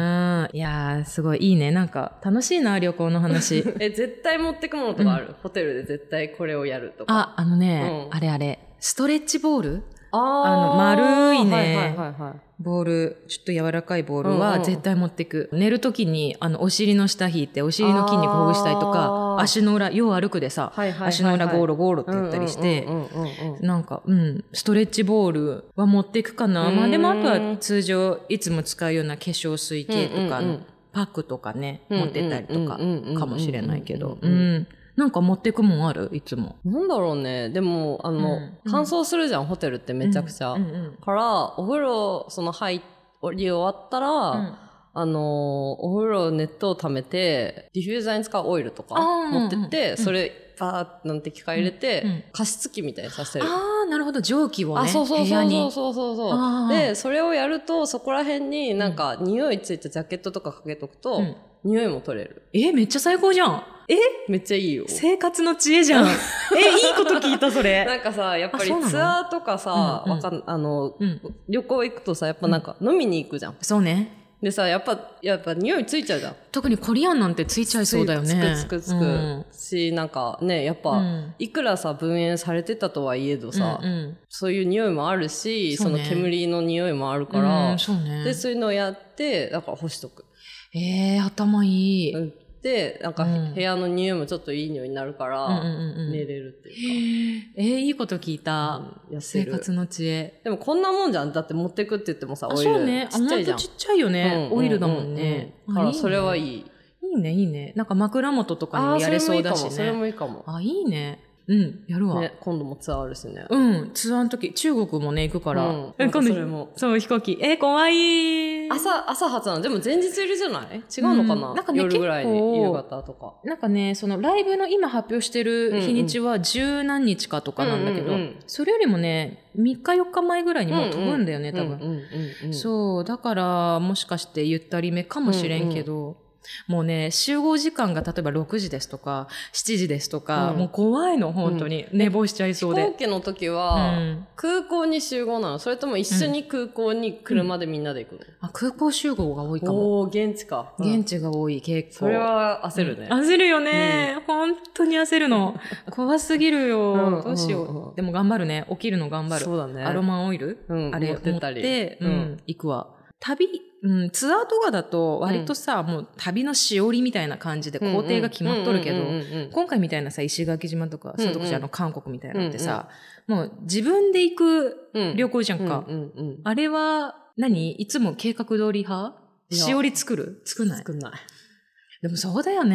S1: ん。いやー、すごいいいね。なんか、楽しいな、旅行の 話。
S2: え、絶対持ってくものとかある、ホテルで絶対これをやるとか。
S1: あ、あのね、
S2: うん
S1: あれあれ、ストレッチボール
S2: あ
S1: あの丸いね
S2: はいはいはいはい。
S1: ボール、ちょっと柔らかいボー
S2: うんう
S1: ル
S2: ん
S1: は絶対持ってく。寝るときに、あの、お尻の下引いて、お尻の筋肉ほぐしたりと
S2: あ
S1: か、
S2: ー
S1: 足の裏、よう歩くでさ、
S2: はいはいはいはい
S1: 足の裏ゴールゴールって言ったりして、
S2: うんうんうんうん
S1: なんか、うん、ストレッチボールは持っていくかな。ま
S2: う
S1: あ
S2: ん
S1: でも、あとは通常、いつも使うような化粧水系とか
S2: うんうんうん
S1: の、パックとかね、
S2: うんうん
S1: 持ってったりとか、かもしれないけど、
S2: う
S1: うん。
S2: うんうん
S1: なんか持ってくもんあるいつも。
S2: なんだろうね。でも、あの、
S1: うん
S2: 乾燥するじゃん、ホテルってめちゃくちゃ。
S1: うんうん
S2: から、お風呂、その入り終わったら、
S1: うんうん
S2: あのーお風呂熱湯溜めて、ディフューザーに使うオイルとか
S1: あー
S2: 持ってって、
S1: うん
S2: それ、バーってなんて機械入れて、
S1: うんうん
S2: 加湿器みたいにさせる。
S1: ああ、なるほど。蒸気を
S2: あ、
S1: ね。
S2: そうそう
S1: 部
S2: そ
S1: 屋
S2: うそう
S1: に。
S2: そうそう
S1: あー
S2: で、それをやると、そこら辺になんか、匂いついたジャケットとかかけとくと、
S1: うん
S2: 匂いも取れる。
S1: え、めっちゃ最高じゃん。え
S2: めっちゃいいよ。
S1: 生活の知恵 じゃん。え、いいこと聞いた、それ。
S2: なんかさ、やっぱ
S1: あ
S2: り
S1: そうなの
S2: ツアーとかさ、
S1: うんうん
S2: わかん、あの、
S1: うん。
S2: 旅行行くとさ、やっぱなんか飲みに行くじゃん。
S1: そうね。
S2: でさ、やっぱ、やっぱ匂いついちゃうじゃん。
S1: 特にコリアンなんてついちゃいそうだよね。
S2: つくつくつく、
S1: うん
S2: し、なんかね、やっぱ、
S1: うん
S2: いくらさ、分煙されてたとはいえどさ、
S1: うんうん
S2: そういう匂いもあるし、
S1: そ
S2: そう
S1: ね
S2: の煙の匂いもあるから、
S1: うんそうね。
S2: で、そういうのをやって、だから干しとく。
S1: えー、頭いい。うん
S2: で、なんか、
S1: うん
S2: 部屋の匂いもちょっといい匂いになるから、
S1: うんうんうん
S2: 寝れるって
S1: え
S2: いう
S1: ー、いいこと聞い
S2: か、
S1: た。
S2: うん痩せ
S1: 生
S2: る。
S1: 活の知恵。
S2: でもこんなもんじゃん。だって持ってくって言ってもさ、
S1: あ、
S2: オイル。
S1: そうね。あ、
S2: ちっ
S1: ほ
S2: ちゃい
S1: ん
S2: じ
S1: と
S2: ゃん。
S1: ちっちゃいよね。
S2: うん
S1: オイルだもんね。
S2: うんうんうんだか
S1: あ
S2: らそれはい
S1: いね。い
S2: い。
S1: いね、いいね。なんか枕元とかにもやれそうだし
S2: そ
S1: ね。
S2: れもいいかも。
S1: あ、いいね。うん、やるわ。
S2: ね、今度もツアーあるしね。
S1: うん、ツアーの時、中国もね、行くから。
S2: うん
S1: え
S2: なんか
S1: 今度
S2: それも
S1: そう、飛行機。えー、怖い。
S2: 朝、朝発なの。でも前日入りじゃない違うのかな,、
S1: うんなんかね
S2: 夜ぐらいに、
S1: 結構
S2: 夕方とか。
S1: なんかね、そのライブの今発表してる日にちは十何日かとかなんだけど、
S2: うんうんうん
S1: それよりもね、3日4日前ぐらいにもう飛ぶんだよね、多
S2: う
S1: 分。
S2: んうんうんうん
S1: そう、だから、もしかしてゆったりめかもしれんけど、もうね、集合時間が例えば6時ですとか、7時ですとか、
S2: うん
S1: もう怖いの、本当に。寝坊しちゃいそう
S2: 飛
S1: で
S2: 行。機の時
S1: う
S2: は、
S1: ん
S2: 空港に集合なのそれとも一緒に空港に車でみんなで行くの、
S1: あ空港集合が多いかも。
S2: おおー現地か。
S1: 現
S2: 地。
S1: 地が多い、結構。
S2: それは焦るね。
S1: うん焦るよね、本当に焦る の。怖すぎるよ。
S2: うん
S1: どうしよう、
S2: うんうん
S1: でも頑張るね。起きるの頑張る。
S2: そうだね。
S1: アロマオイル、
S2: うん
S1: あれ
S2: 持
S1: 持っ
S2: って
S1: て
S2: ったり
S1: うん
S2: うん
S1: 行くわ。旅、うん、ツアーとかだと割とさ、もう旅のしおりみたいな感じで工程が決まっとるけど、
S2: うんうんうんうんうん
S1: 今回みたいなさ、石垣島とか、
S2: う
S1: そ
S2: んうん
S1: ういうとこじゃあの韓国みたいなのってさ、もう自分で行く
S2: うん
S1: 旅行じゃんか。
S2: うんうんうん
S1: あれは何いつも計画通り派
S2: いや
S1: しおり作る作んない
S2: 少ない。
S1: でもそうだよ
S2: なん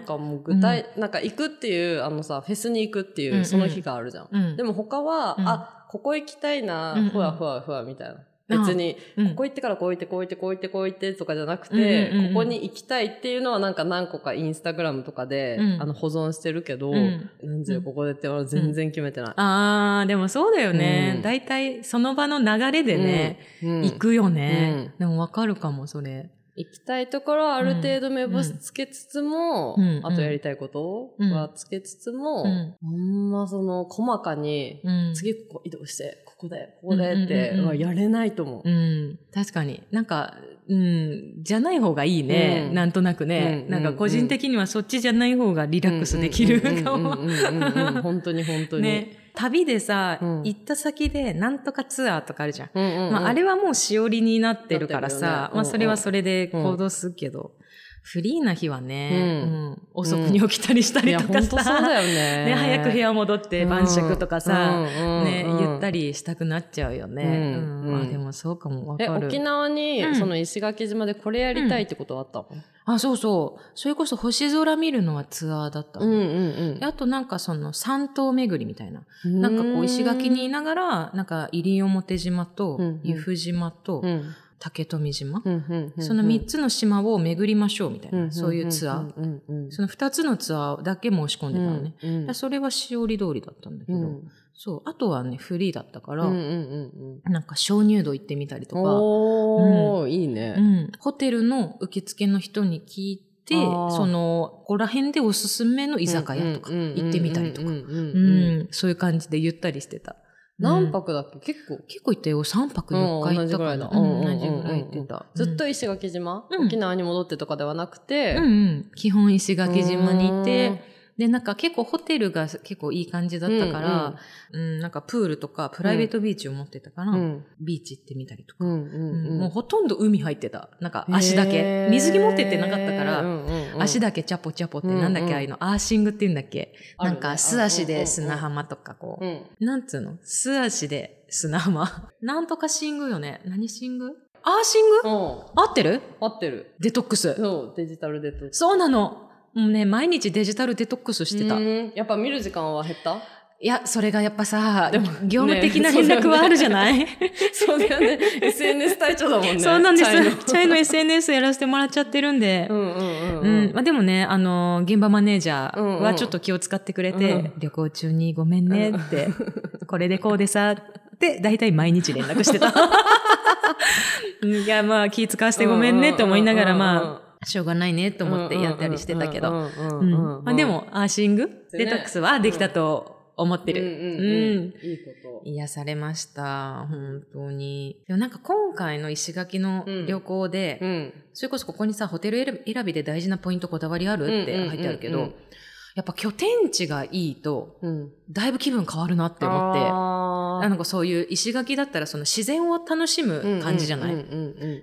S1: ね。
S2: かもう具体、なんか行くっていう、あのさ、フェスに行くって
S1: うんう
S2: い
S1: ん
S2: う、その日があるじゃん。
S1: うん
S2: でも他は、
S1: うん
S2: あ、ここ行きたいな、
S1: うんうん
S2: ふわふわふわみたいな。
S1: うん
S2: 別に、
S1: うん
S2: ここ行ってからこう行って、こう行って、こう行って、こう行ってとかじゃなくて、
S1: うんうんうんうん
S2: ここに行きたいっていうのはなんか何個かインスタグラムとかで、
S1: うん
S2: あの保存してるけど、
S1: うん
S2: なんじゃここでってのは全然決めてない。
S1: ああ、でもそうだよね。
S2: うん
S1: だいたいその場の流れでね、
S2: うん、うん
S1: 行くよね。でもわかるかも、それ。
S2: 行きたいところはある程度目星つけつつも、
S1: うんうん
S2: あとやりたいことはつけつつも、
S1: うん
S2: あんまその細かに、
S1: うん。
S2: 次ここ移動して、ここで、ここでっ
S1: うん
S2: て
S1: うんうんうん
S2: はやれないと思う
S1: う。ん。確かに。なんか、うん。じゃない方がいいね。
S2: うん
S1: なんとなくね、
S2: うん
S1: なんか個人的にはそっちじゃない方がリラックスできるか
S2: うん
S1: も。
S2: うんうんうんうん本当に本当 に。
S1: ね。旅でさ、
S2: うん
S1: 行った先でなんとかツアーとかあるじゃん。
S2: うんうんうん
S1: まあ、あれはもうしおりになってるから
S2: なっ
S1: さ、
S2: てるよね
S1: まあ、
S2: うん
S1: それはそれで行動するけど、フリーな日はね、う
S2: うん
S1: 遅くに起きたりした
S2: い
S1: り
S2: や、
S1: と
S2: 本
S1: か
S2: 当
S1: さ、
S2: そうだよね。
S1: ね、早く部屋戻って晩酌とかさ、ね、ゆった
S2: り。
S1: りしたくなっちゃうよね。う
S2: うんん
S1: まあ
S2: うん
S1: でもそうかもわ
S2: え、
S1: かる。
S2: 沖縄に、
S1: うん
S2: その石垣島でこれやりたいってことはあったの
S1: あ、そうそう。それこそ星空見るのはツアーだったの。
S2: ん
S1: あとなんかその三島巡りみたいな。
S2: うん
S1: なんかこう石垣にい、ながら、なんか西表島と
S2: うんうん
S1: 由布島と
S2: うん
S1: 竹富島。
S2: うんうんうん
S1: その3つの島を巡りましょうみたいな、そういうツアー、
S2: うんうんうん
S1: その2つのツアーだけ申し込んでたのね、
S2: うんうん
S1: それはしおり通りだったんだけど、
S2: うん
S1: そうあとはねフリーだったから、
S2: うんうんうんうん
S1: なんか鍾乳洞行ってみたりとか、
S2: おー、いいうね。
S1: ん、ホテルの受付の人に聞いて
S2: あー
S1: そのここら辺でおすすめの居酒屋とか
S2: うんうんうんうんうん
S1: 行ってみたりとか、
S2: う
S1: うんん
S2: うんうん
S1: そういう感じでゆったりしてた
S2: 何
S1: うん
S2: 泊だっけ結構。
S1: 結構行ったよ3泊4日行ったから
S2: うん
S1: 同
S2: 同
S1: じ
S2: じ
S1: ぐ
S2: ぐ
S1: ら
S2: ら
S1: い
S2: い
S1: 行ってた、
S2: ずっと石垣島、
S1: うん
S2: 沖縄に戻ってとかではなくて、
S1: うんうん、基本石垣島にいうて
S2: ん、
S1: で、なんか結構ホテルが結構いい感じだったから、うんなんかプールとかプライベートビーチを持ってたから、
S2: うん
S1: ビーチ行ってみたりとか、
S2: うん
S1: うんもう
S2: う
S1: ほとんど海入ってた。なんか
S2: ん
S1: 足だけ
S2: へ。ー
S1: 水着持ってってなかったから、
S2: うんうんうん
S1: 足だけチャポチャポってなんだっけ、
S2: うんうん
S1: ああいうの、アーシングって言うんだっけ、
S2: ある
S1: な
S2: ね
S1: んか素足で砂浜とかこう、
S2: うん
S1: なんつうの素足で砂浜。 なんとかシングよね。何シングアーシング
S2: うん
S1: 合ってる
S2: 合ってる
S1: デトックス。
S2: そうデジタルデトックス
S1: そうなの。もうね、毎日デジタルデトックスしてた。
S2: うんやっぱ見る時間は 減った
S1: いや、それがやっぱさ、
S2: でも
S1: 業務的な
S2: ね
S1: 連絡はあるじゃない、
S2: そうだよ ね。SNS 隊長だもんね。
S1: そうなんです
S2: チャイの。
S1: チャイの SNS やらせてもらっちゃってるんで。
S2: う。んう
S1: う
S2: んうんん。
S1: まあ、でもね、あの、現場マネージャー
S2: うんう
S1: は
S2: ん
S1: ちょっと気を使ってくれて、
S2: うん
S1: 旅行中にごめんねって、これでこうでさ、って、大体毎日連絡して た。うんいや、まあ気使わせてごめんねって思いながら、
S2: うんうんうんうん
S1: まあ、しょうがないねと思ってやったりしてたけど。
S2: うんうん
S1: う
S2: うん
S1: ん
S2: うんうん
S1: まあで、も、アーシング、
S2: ね
S1: デトックスはできたと思っ
S2: うん
S1: て
S2: うん
S1: る。
S2: うん。いいこと。
S1: 癒されました。本当に。でもなんか今回の石垣の旅行で、
S2: うん。
S1: それこそここにさ、ホテル選びで大事なポイントこだわりあるって書いてあるけ
S2: うんうん
S1: ど
S2: うん、
S1: やっぱ拠点地がいいと、
S2: うん。っ
S1: だいぶ気分変わるなって思って、あのそういう石垣だったらその自然を楽しむ感じじゃない、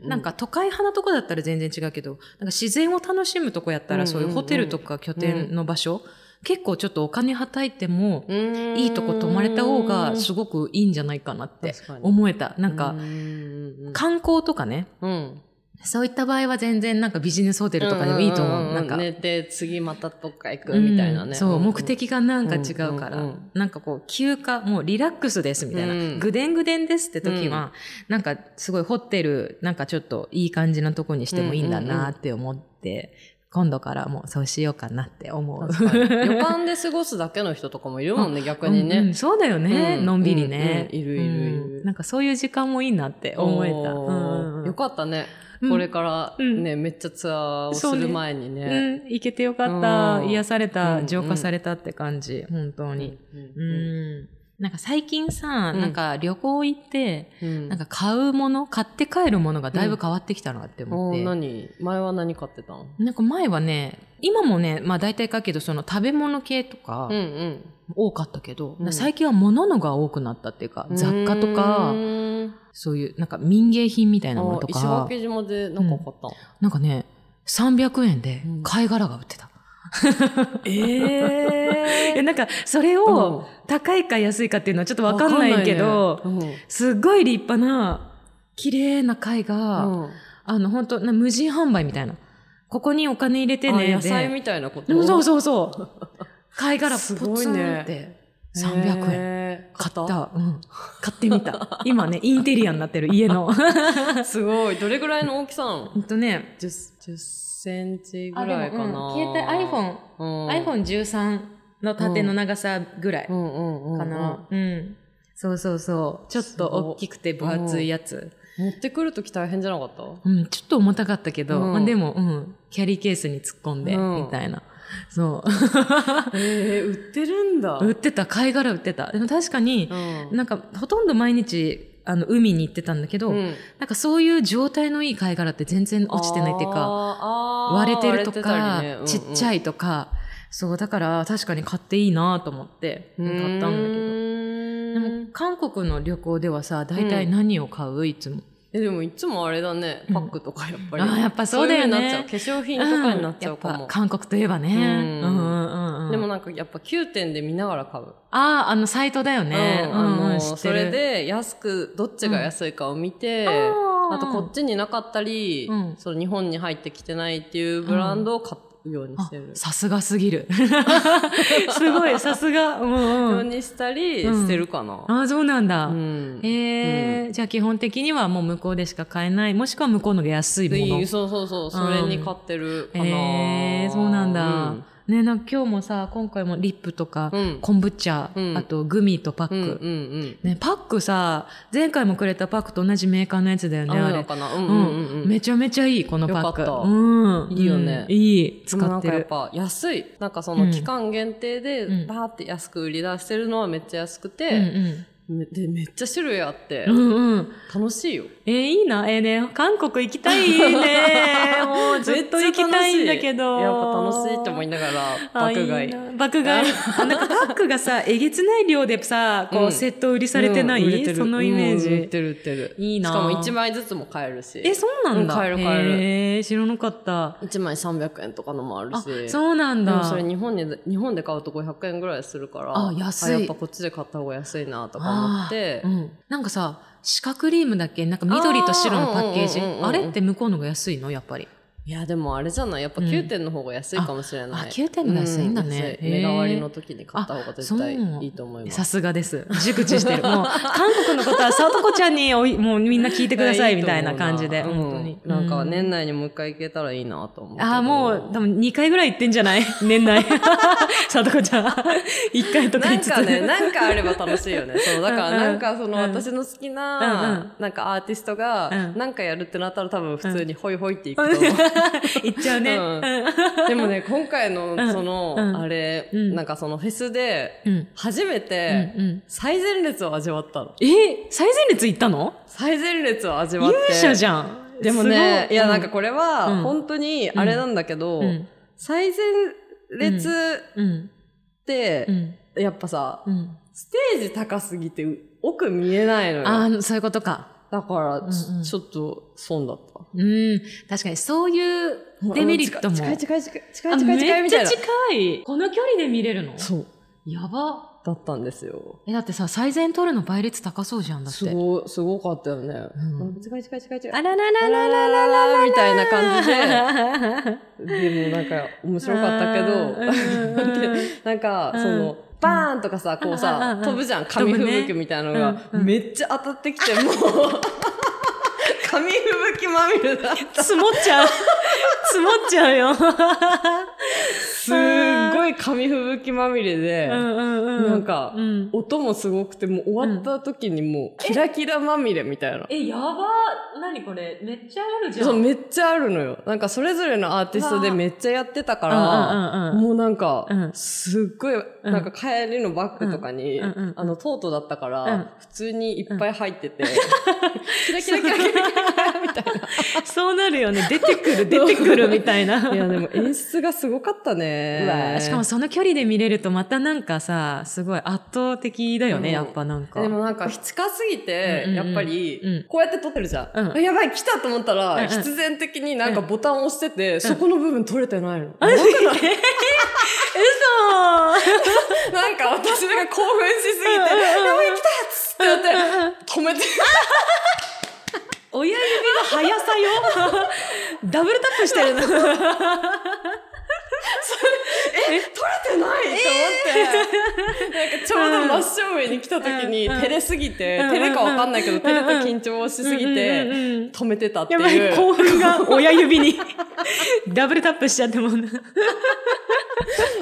S1: なん、か都会派なとこだったら全然違うけど、なんか自然を楽しむとこやった
S2: うん
S1: ら
S2: うんうん
S1: そういうホテルとか拠点の場所、結構ちょっとお金はたいても、い
S2: い
S1: いとこ泊まれた方がすごくいいんじゃないかなって
S2: 確かに
S1: 思えた。なんか、
S2: うん、
S1: 観光とかね、
S2: うん。
S1: そういった場合は全然なんかビジネスホテルとかでもいいと思う。なんか、
S2: 寝て、次またどっか行くみたいな
S1: う
S2: ね。
S1: んそう、目的がなんか違うから、
S2: うんうんうん
S1: なんかこう、休暇、もうリラックスですみたいな、
S2: うん
S1: ぐでんぐでんですって時は、なんかすごいホテル、なんかちょっといい感じのとこにしてもいいんだなって思って、今度からもうそうしようかなって思う。
S2: 確かに旅館で過ごすだけの人とかもいるもんね、逆に
S1: うんう
S2: ね
S1: ん。そうだよね、
S2: うん
S1: のんびりね、
S2: うんうんいるいるいる
S1: うんなんかそういう時間もいいなって思えた。
S2: お
S1: う
S2: ー
S1: んうんうん
S2: よかったね。
S1: うん
S2: これからね、めっちゃツアーをす
S1: そうね
S2: る前に
S1: う
S2: ね。
S1: ん、行けてよかった、
S2: うん
S1: 癒され
S2: う
S1: た、
S2: ん
S1: 浄化されたって感じ、本当に。
S2: う
S1: うんん。なんか最近さ、
S2: うん
S1: なんか旅行行って、
S2: うん
S1: なんか買うもの、買って帰るものがだいぶ変わってきたなって思
S2: お
S1: っ
S2: ー
S1: て。
S2: 何前は何買ってたの
S1: なんか前はね、今もね、まあ大体買うけど、その食べ物系とか
S2: ん
S1: 多かったけど、
S2: うん
S1: 最近は物のが多くなったっていうか、雑貨と
S2: う
S1: か、
S2: ーん
S1: そういうなんか民芸品みたいなもの
S2: あ
S1: と
S2: 石
S1: か、
S2: 垣島で何か買ったの
S1: なんかね、300円で
S2: うん
S1: 貝殻が売ってた。
S2: え
S1: え、なんかそれ
S2: を
S1: を高いか安いかっていうのはちょっとわかんないけど、すっごい立派な、綺麗な貝が、あの、本当な無人販売みたいな。ここにお金入れてねで。
S2: 野菜みたいなこと
S1: うんそう
S2: う
S1: そうそう。貝殻ポツ
S2: す
S1: ン
S2: ごいね
S1: って、300円。
S2: 円
S1: 買
S2: 買
S1: っ。
S2: った
S1: うん。買ってみた。今ね、インテリアになってる家 の。
S2: たすごいどれぐらいの大きさなの
S1: ほんとね。
S2: 10 10センチぐらいかな、
S1: 携帯 iPhone、
S2: うん、
S1: iPhone13 の縦の長さぐらい
S2: うんうんうんうん
S1: かな。うん。そうそうそう。ちょっと大きくて分厚いやつ。
S2: 持ってくるとき大変じゃなかった
S1: うん、ちょっと重たかったけど、
S2: うん
S1: まあ、でも、うん、キャリーケースに突っ込んで、
S2: うん
S1: みたいな。そ
S2: えー、売ってるんだ
S1: う。売 ってた、貝殻売ってた。でも確かに
S2: う、ん
S1: なんか、ほとんど毎日、あの、海に行ってたんだけど、
S2: うん
S1: なんかそういう状態のいい貝殻って全然落ちてないっていうか、
S2: あー
S1: 割れてると
S2: あ
S1: か、
S2: ー割れてたりねうんうん
S1: ちっちゃいとか、そう、だから確かに買っていいなと思って、買ったんだけど。で
S2: け
S1: も、韓国の旅行ではさ、大体何を買ういつも。
S2: えでもいつもあれだね
S1: うん
S2: パックとかやっぱり、
S1: あーやっぱそうだよね
S2: そいのになっちゃう化粧品とかになっちゃうか
S1: んや
S2: も
S1: っぱ、韓国といえばね。
S2: うん
S1: うんうんうん、
S2: でもなんかやっぱ9点で見ながら買う、
S1: ああ、あの、サイトだよね。
S2: うんあの
S1: うんうん知って
S2: そ
S1: る
S2: れ、で安くどっちが安いかを見て、
S1: うん
S2: あとこっちになかったり、
S1: うん
S2: その日本に入ってきてないっていうブランドを買うように
S1: あ
S2: してる、
S1: さすがすぎ る。すごい、さすが。うん
S2: よ
S1: う。
S2: うんにしたりしてるかな、
S1: ああ、そうなんだ。
S2: うん
S1: ええじゃあ基本的にはもう向こうでしか買えない、もしくは向こうのが安いも
S2: い
S1: の
S2: い。そうそうそうそれに買ってるかな、
S1: ええそうなんだ。
S2: うん
S1: ね、なんか今日もさ、今回もリップとか、
S2: うん
S1: 昆布茶、
S2: うん
S1: あとグミとパック。
S2: うんうん
S1: ね、パックさ、前回もくれたパックと同じメーカーのやつだよ
S2: うん。
S1: ね、
S2: あ
S1: あ
S2: るの
S1: れ。
S2: かなうん
S1: う
S2: うんうん
S1: ん、
S2: うん。
S1: めちゃめちゃいい、このパック。
S2: よかった
S1: うん。
S2: いいよね
S1: うんいい。
S2: でも
S1: 使って
S2: なん
S1: る。
S2: かやっぱ安い。なんかその期間限定
S1: うん
S2: でバーって安く売り出してるのはめっちゃ安く
S1: うん
S2: て、めでめっちゃ種類あって
S1: うん。うんうん。
S2: 楽しいよ。
S1: えーいいな。えーね、韓国行きたい ね。もうずっと行きたいんだけど。
S2: めっちゃ楽しいやっぱ楽しいって思いながら
S1: あ
S2: 爆買い。
S1: いいな爆買 い。あなんかパックがさ、えげつない量でさ、こ
S2: う
S1: う、
S2: ん
S1: セット売りされてない、
S2: うん売れてる
S1: そのイメージ。
S2: うん売ってる売ってる。
S1: いいな
S2: しかも1枚ずつも買えるし。
S1: え、そうなんだ。
S2: うん買える買える
S1: えー、知らなかった。
S2: 1枚300円とかのもある
S1: あ
S2: し。、
S1: そうなん
S2: でも
S1: だ。
S2: それ日本に日本で買うと500円ぐらいするから
S1: あ安い
S2: やっぱこっちで買った方が安いなとか思って
S1: あーうんなんかさ、四角リームだっけなんか緑と白のパッケージ。
S2: あーうんうんうんうん
S1: あれって向こうのが安いのやっぱり。
S2: いや、でもあれじゃないやっぱ
S1: うん
S2: 9点の方が安いかもしれない。
S1: ああ9点が安いんだね
S2: う
S1: へ
S2: 安い
S1: え
S2: 目代わりの時に買った方が絶対
S1: あそう
S2: いいと思います。
S1: さすがです。熟知してる。 もう、韓国のことは、さとこちゃんにおい、もうみんな聞いてくださいみたいな感じで。
S2: うん
S1: 本当に。
S2: なんか年
S1: 内。
S2: 内にもう一回行けたらいいなと思う。
S1: ああ、もう、多分2回ぐらい行ってんじゃない 年内。さとこちゃん。1回とか
S2: な
S1: 言い
S2: ん
S1: つつ。
S2: かね、なんかあれば楽し いよね。そう、だから
S1: うんうん
S2: なんかその
S1: うん
S2: 私の好
S1: う
S2: き
S1: んうん
S2: な、なんかアーティストが
S1: う、ん
S2: なんかやるってなったら多分普通にホイホイっていくと思う。
S1: 行っちゃうね。
S2: う
S1: うんん。
S2: でもね、今回
S1: うん
S2: のそ
S1: うん
S2: の、あれ、
S1: うん
S2: なんかそのフェスで、
S1: うん。
S2: 初め
S1: う
S2: て
S1: ん。
S2: 最前列を味わったの。
S1: え、最前列行ったの
S2: 最前列を味わ
S1: 勇
S2: って。
S1: 者じゃん。
S2: でも
S1: す
S2: ね、
S1: ご
S2: いやなんか、これ
S1: う
S2: は
S1: ん
S2: 本当にあれなんだけど
S1: う、ん。
S2: 最前列
S1: うん。
S2: って
S1: う、ん。
S2: やっぱさ、
S1: うん。
S2: ステージ高すぎて奥見えないのよ。
S1: ああ、そういうことか。
S2: だから、
S1: んうん
S2: ちちょっと損だった。
S1: うん。確かに、そういうデメリットも。
S2: 近い近い近い近
S1: あ
S2: い近い近いみた
S1: め
S2: いな
S1: っちゃ。近い。この距離で見れるの
S2: そう。
S1: やば。
S2: だったんですよ。
S1: え、だってさ、最善取るの倍率高そうじゃん、だっ
S2: す
S1: て。
S2: ごい、すごかったよね。
S1: うん
S2: 近い近い近い近い。
S1: あららららららら
S2: らみたいな感じ
S1: で。
S2: で。でもなんか面白かったけど、 なんか
S1: うん
S2: その、バーンとかさ、こう
S1: うんうん
S2: さ
S1: う、ん
S2: 飛ぶじゃん。紙
S1: 飛ぶ
S2: 吹
S1: ね
S2: 雪みたいなのが、
S1: うんうん
S2: めっちゃ当たってきて、 もう、紙吹雪まみれだった。
S1: 積もっちゃう。積もっちゃうよ。
S2: すっごい紙吹雪まみれで、
S1: うんうんうん。
S2: なんか
S1: うん
S2: 音もすごくて、もう終わった時にもう、キラキラまみれみたいな。
S1: え、やば。なにこれ。めっちゃあるじゃん。
S2: そう、めっちゃあるのよ。なんかそれぞれのアーティストでめっちゃやってたから、
S1: うんうんうんうん
S2: もうなんか
S1: うん、
S2: すっごい、
S1: うん
S2: なんか帰りのバッグとかに、
S1: うんうんうん
S2: あの、トートだったから、
S1: うん
S2: 普通にいっぱい入ってて、キラキラキラキラキラキラみたい
S1: そうなるよね。出てくる、出てくるみたいな。
S2: な。いや、でも演出がすごかったね。
S1: しかもその距離で見れるとまたなんかさ、すごい圧倒的だよね、
S2: うん
S1: やっぱなんか。
S2: でもなんか、近すぎて、
S1: うんうん
S2: や
S1: うん
S2: っぱり
S1: うん、
S2: こうやって撮ってるじゃん。
S1: うん
S2: あやばい、来たと思ったら、
S1: うんうん
S2: 必然的になんかボタンを押してて、そこの部分撮れてないの。
S1: え
S2: なん
S1: 嘘
S2: かなんか私が興奮しすぎて、やばい、来たっつってやって、止めて。
S1: 親指の速さよ ダブルタップしてるの。
S2: 取れてないと思って、なんかちょうど真正面に来た時に、
S1: うんうん
S2: 照れすぎて、
S1: うんうん
S2: 照れかわかんないけど、照れと緊張しすぎ
S1: うん
S2: て、
S1: うんうんうん
S2: 止めてたって
S1: やば
S2: い
S1: い、
S2: う。
S1: 興奮が 親指にダブルタップしちゃってもんな。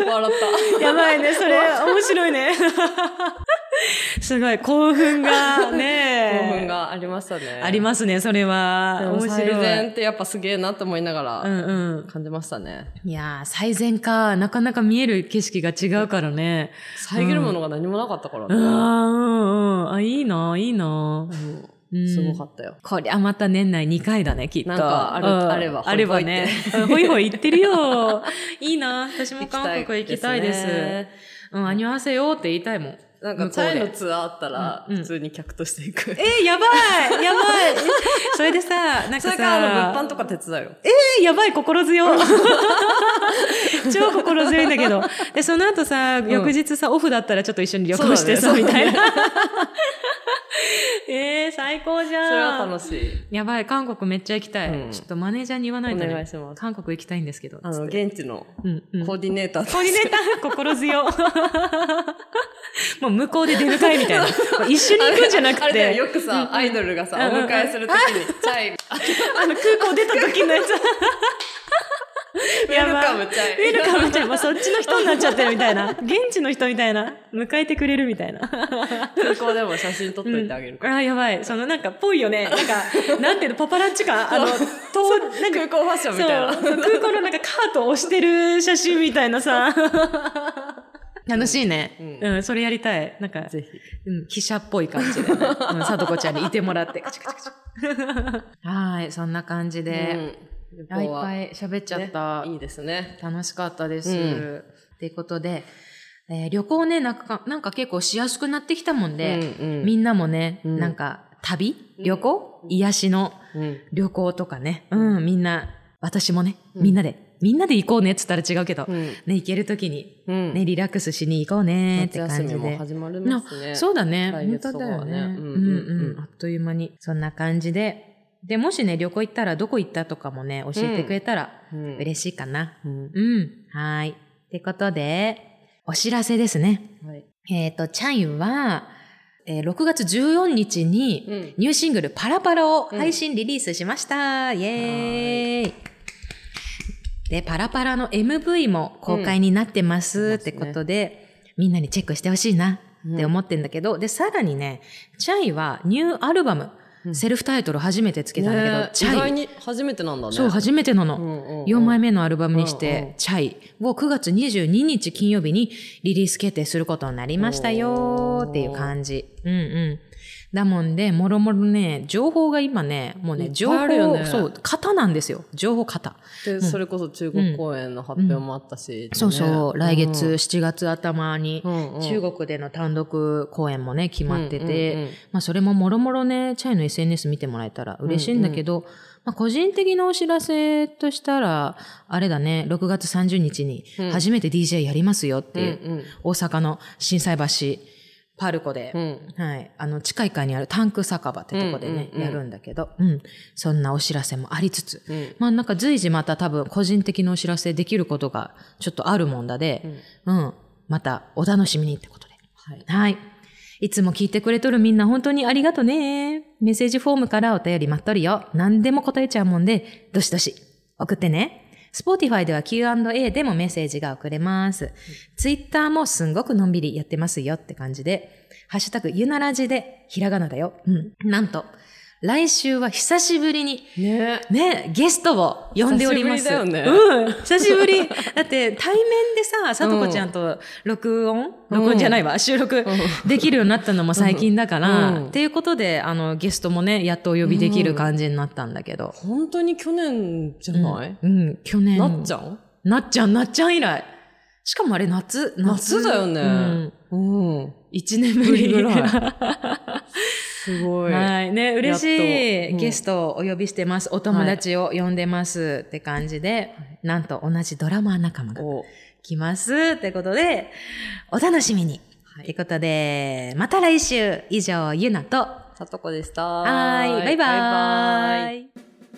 S2: 笑っ
S1: やばいね、それ面白いね。 すごい、興奮が
S2: た。
S1: ね。
S2: 興奮がありましたね。
S1: ありますね、それ
S2: で
S1: は。
S2: も
S1: 面
S2: 最
S1: 白
S2: 善
S1: い。
S2: ってやっぱすげえなと思いなが
S1: う
S2: ら
S1: んうん。
S2: 感じましたね。
S1: いやー、最善か。なかなか見える景色が違うからね。
S2: 遮るものが何もなかったから
S1: うわーう
S2: ね。
S1: んうん。あ、いいな、いいな。
S2: うんすごかったよ。
S1: こりゃまた年内2回だね、きっと。
S2: なんかある
S1: うん
S2: あれば
S1: あればね。ほいほい行ってるよ。いいな。私も韓国行きたいです。
S2: ね
S1: うん、アニュアセヨーって言いたいもん。
S2: なん
S1: 向こ
S2: か、
S1: うで
S2: タイのツアーあったら、
S1: うんうん
S2: 普通に客として行く。
S1: えー、やばいやばい それでさ、なん
S2: そ
S1: かさ、
S2: れから、あの、物販とか手伝うよ。
S1: えーやばい、心強い。 超心強いんだけど。で、その後さ、
S2: ん
S1: 翌日さ、オフだったらちょっと一緒に旅行してさ、
S2: そうだね
S1: みたいな。 えー、最高じゃん。
S2: それは楽しい。
S1: やばい、韓国めっちゃ行きたい。
S2: うん
S1: ちょっとマネージャーに言わないと、ね。
S2: お願いします
S1: 韓国行きたいんですけど。
S2: あ
S1: つ
S2: の、
S1: って
S2: 現地の
S1: うんうん。コ
S2: コーディネーターとして
S1: ー ディネーター、心強。 もう向こうで出迎えみたいな。 一緒に行くんじゃなくて。
S2: あれだよ、よくさ、アイドルがさ、お
S1: うんうん
S2: 迎えするときに、チャイム、
S1: あの空港出た時のやつ。
S2: ウェルカムチャ
S1: ウェ
S2: イム
S1: ル。カムちゃん、もうそっちの人になっちゃってるみたい な。現地の人みたいな。迎えてくれるみたいな。
S2: 空港でも写真撮っといてあげるから。
S1: ああ、やばい。そのなんか、ぽいよね。なんか、なんていうの、パパラッチ感。あの、と、なんか、
S2: 空港ファッションみたいな。
S1: そうそう空港のなんかカートを押してる写真みたいなさ。 楽しいね。
S2: う
S1: うん、それやりたい。なんか、
S2: ぜひ。
S1: うん、記者っぽい感 じでね。うん、さとこちゃんにいてもらって、カチカチカチ。はい、そんな感じで。
S2: う
S1: あ
S2: ん、
S1: いっ
S2: 旅行は
S1: ぱい喋っちゃった。
S2: ねいいですね。
S1: 楽しかったです。
S2: う
S1: と、
S2: ん
S1: いうことで、えー旅行ねなんか、なんか結構しやすくなってきたもんで、
S2: うんうん
S1: みんなもね、
S2: うん
S1: なんか旅
S2: うん
S1: 旅行、癒しの
S2: うん
S1: 旅行とかね、うん、みんな、私もね、
S2: うん
S1: みんなで、みんなで行こうねって言ったら違うけど、
S2: うん
S1: ね、行けるときに、
S2: うん
S1: ね、リラックスしに行こうねって
S2: 夏
S1: 感
S2: 休
S1: じ
S2: み
S1: で。
S2: も始まりますね。
S1: そうだね。
S2: 来
S1: 本
S2: 月
S1: 当
S2: とか
S1: だ
S2: は
S1: よ
S2: ね
S1: ね。う
S2: う
S1: んんう
S2: う
S1: ん
S2: うん
S1: ん。あっという間に。そんな感じで、で、もしね、旅行行ったらどこ行ったとかもね、教えてくれたら
S2: うん
S1: 嬉しいかな。
S2: うん
S1: うん、はーい。ってことで、お知らせですね。
S2: はい
S1: えっ、と、チャイは、えー6月14日に
S2: うん
S1: ニューシングルパラパラを配信リリースしました。イエーイで、パラパラの MV も公開になってます、
S2: うん
S1: ってことで、みんなにチェックしてほしいなって思ってんだけど、で、さらにね、チャイはニューアルバム、
S2: うん
S1: セルフタイトル初めてつけたんだけど、
S2: ねえ
S1: チ
S2: 意
S1: ャ
S2: 外
S1: イ、
S2: に初めてなんだね。
S1: そう、初めてなの。4枚
S2: 目。
S1: 目のアルバムにし
S2: うんうん
S1: て、チャイを9月22日金曜日にリリース決定することになりましたよーっていう感じ。うんうん。だもんで、もろもろね、情報が今ね、もう
S2: いっ
S1: ね、
S2: ぱい
S1: 情報、
S2: あるよね
S1: そう、型なんですよ。情報型。
S2: で、それこそ中国公演の発表もあったし。
S1: そうそう、
S2: ね
S1: 来月、、7月頭に、
S2: うんうん
S1: 中国での単独公演もね、決まってて、
S2: うんうんうん
S1: まあそれももろもろね、チャイの SNS 見てもらえたら嬉しいんだけど、まあ個人的なお知らせとしたら、あれだね、6月30日に
S2: うん
S1: 初めて DJ やりますよって
S2: うん
S1: いう、大阪の心斎橋パルコで、
S2: うんうん
S1: はい、あの近い階にあるタンク酒場ってとこでね、
S2: うんうんうん
S1: やるんだけど、うん、そんなお知らせもありつつ、
S2: うん
S1: まあなんか随時また多分個人的なお知らせできることがちょっとあるもんだで、うん、またお楽しみにってことで。
S2: はい。
S1: はい。いつも聞いてくれとるみんな本当にありがとね。メッセージフォームからお便り待っとるよ。何でも答えちゃうもんで、どしどし送ってね。Spotify では Q&A でもメッセージが送れます。Twitter もすんごくのんびりやってますよって感じで、ハッシュタグゆならじでひらがなだよ。うん。なんと、来週は久しぶりに
S2: ね
S1: ね、ゲストを呼んでおります。
S2: 久しぶりだよ
S1: う
S2: ね
S1: ん、久しぶり。だって対面でさ、さとこちゃんと録音、録音じゃないわ、収録できるようになったのも最近だから、
S2: うん
S1: っていうことで、あの、ゲストもね、やっとお呼びできる感じになったんだけど。
S2: 本当に去年じゃない
S1: うん、うん去年。
S2: なっち
S1: ゃ
S2: ゃん
S1: ん。なっちゃん、なっちゃん以来。しかもあれ夏、
S2: 夏だよ
S1: う
S2: ね
S1: ん。
S2: うん。
S1: 一年ぶり
S2: ぶ りぐらすごい。
S1: はい。ね、嬉しい、
S2: やっとうん
S1: ゲストをお呼びしてます。お友達を呼んでます、って感じで、なんと同じドラマー仲間が
S2: お
S1: 来ますってことで、お楽しみに。と、い、うことで、また来週以上、ゆなと、は
S2: さとこでした。
S1: ーい、バイバ
S2: バイバイ
S1: ーイ。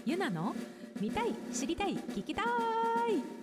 S1: ゆなの見たい、知りたい、聞きたい。